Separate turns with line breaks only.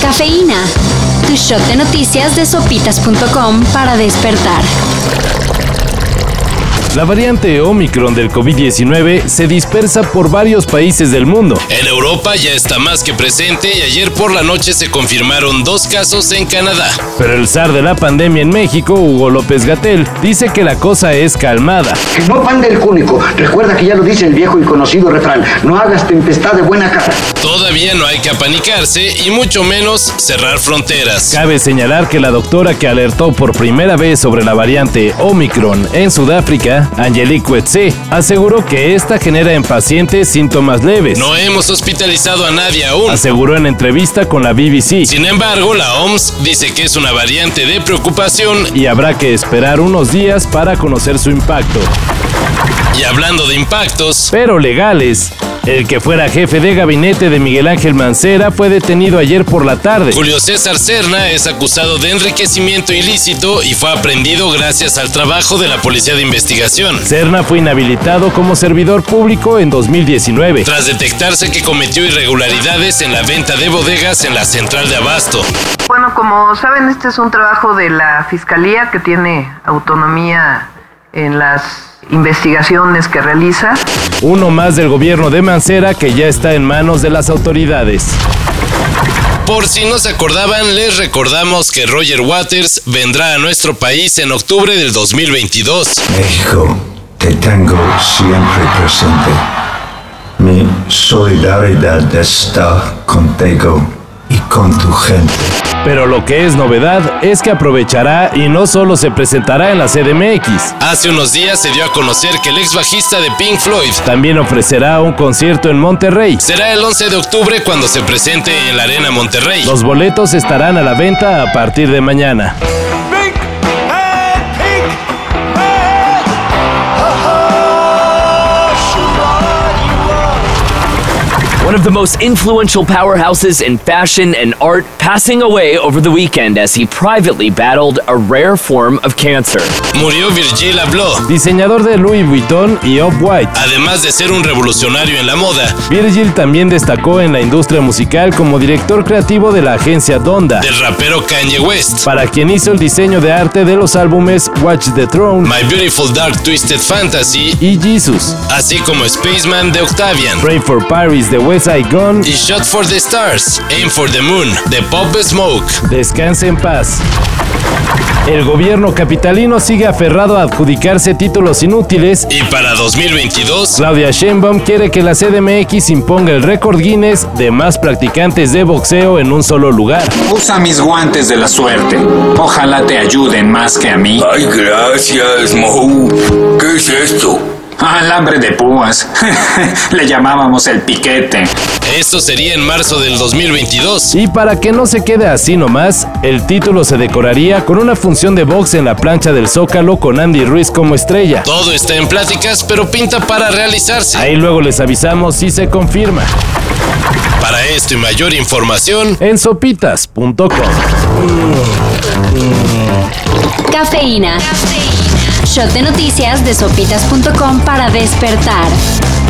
Cafeína. Tu shot de noticias de sopitas.com para despertar.
La variante Omicron del COVID-19 se dispersa por varios países del mundo.
En Europa ya está más que presente y ayer por la noche se confirmaron dos casos en Canadá.
Pero el zar de la pandemia en México, Hugo López Gatel, dice que la cosa es calmada.
Que no pande el cúnico. Recuerda que ya lo dice el viejo y conocido refrán: no hagas tempestad de buena cara.
Todavía no hay que apanicarse y mucho menos cerrar fronteras.
Cabe señalar que la doctora que alertó por primera vez sobre la variante Omicron en Sudáfrica, Angelique Wetse, aseguró que esta genera en pacientes síntomas leves.
No hemos hospitalizado a nadie aún.
Aseguró en entrevista con la BBC
Sin embargo, la OMS dice que es una variante de preocupación
y habrá que esperar unos días para conocer su impacto.
y hablando de impactos,
pero legales. El que fuera jefe de gabinete de Miguel Ángel Mancera fue detenido ayer por la tarde.
Julio César Cerna es acusado de enriquecimiento ilícito y fue aprendido gracias al trabajo de la Policía de Investigación.
Cerna fue inhabilitado como servidor público en 2019.
tras detectarse que cometió irregularidades en la venta de bodegas en la central de abasto.
Bueno, como saben, este es un trabajo de la Fiscalía que tiene autonomía en las investigaciones que realiza.
Uno más del gobierno de Mancera que ya está en manos de las autoridades.
Por si no se acordaban, les recordamos que Roger Waters vendrá a nuestro país en octubre del 2022.
México, te tengo siempre presente. Mi solidaridad está contigo y con tu gente.
Pero lo que es novedad es que aprovechará y no solo se presentará en la CDMX,
Hace unos días se dio a conocer que el ex bajista de Pink Floyd
también ofrecerá un concierto en Monterrey.
será el 11 de octubre cuando se presente en la Arena Monterrey.
Los boletos estarán a la venta a partir de mañana.
Pink, hey, pink, hey,
One of the most influential powerhouses in fashion and art passing away over the weekend as he privately battled a rare form of cancer.
Murió Virgil Abloh.
Diseñador de Louis Vuitton y Off-White,
Además de ser un revolucionario en la moda,
Virgil también destacó en la industria musical como director creativo de la agencia Donda,
del rapero Kanye West,
para quien hizo el diseño de arte de los álbumes Watch the Throne
My Beautiful Dark Twisted Fantasy,
y Jesus,
así como Spaceman de Octavian.
Pray for Paris de West Side Gun,
y Shot for the Stars, Aim for the Moon, de Pop Smoke.
Descanse en paz. El gobierno capitalino sigue aferrado a adjudicarse títulos inútiles.
Y para 2022,
Claudia Sheinbaum quiere que la CDMX imponga el récord Guinness de más practicantes de boxeo en un solo lugar.
Usa mis guantes de la suerte. Ojalá te ayuden más que a mí.
Ay, gracias, Moe. ¿Qué es esto?
Alambre de púas. Le llamábamos el piquete.
esto sería en marzo del 2022.
Y para que no se quede así nomás, el título se decoraría con una función de box en la plancha del Zócalo con Andy Ruiz como estrella.
Todo está en pláticas, pero pinta para realizarse.
Ahí luego les avisamos si se confirma.
Para esto y mayor información,
En sopitas.com.
Cafeína. Shot de noticias de sopitas.com para despertar.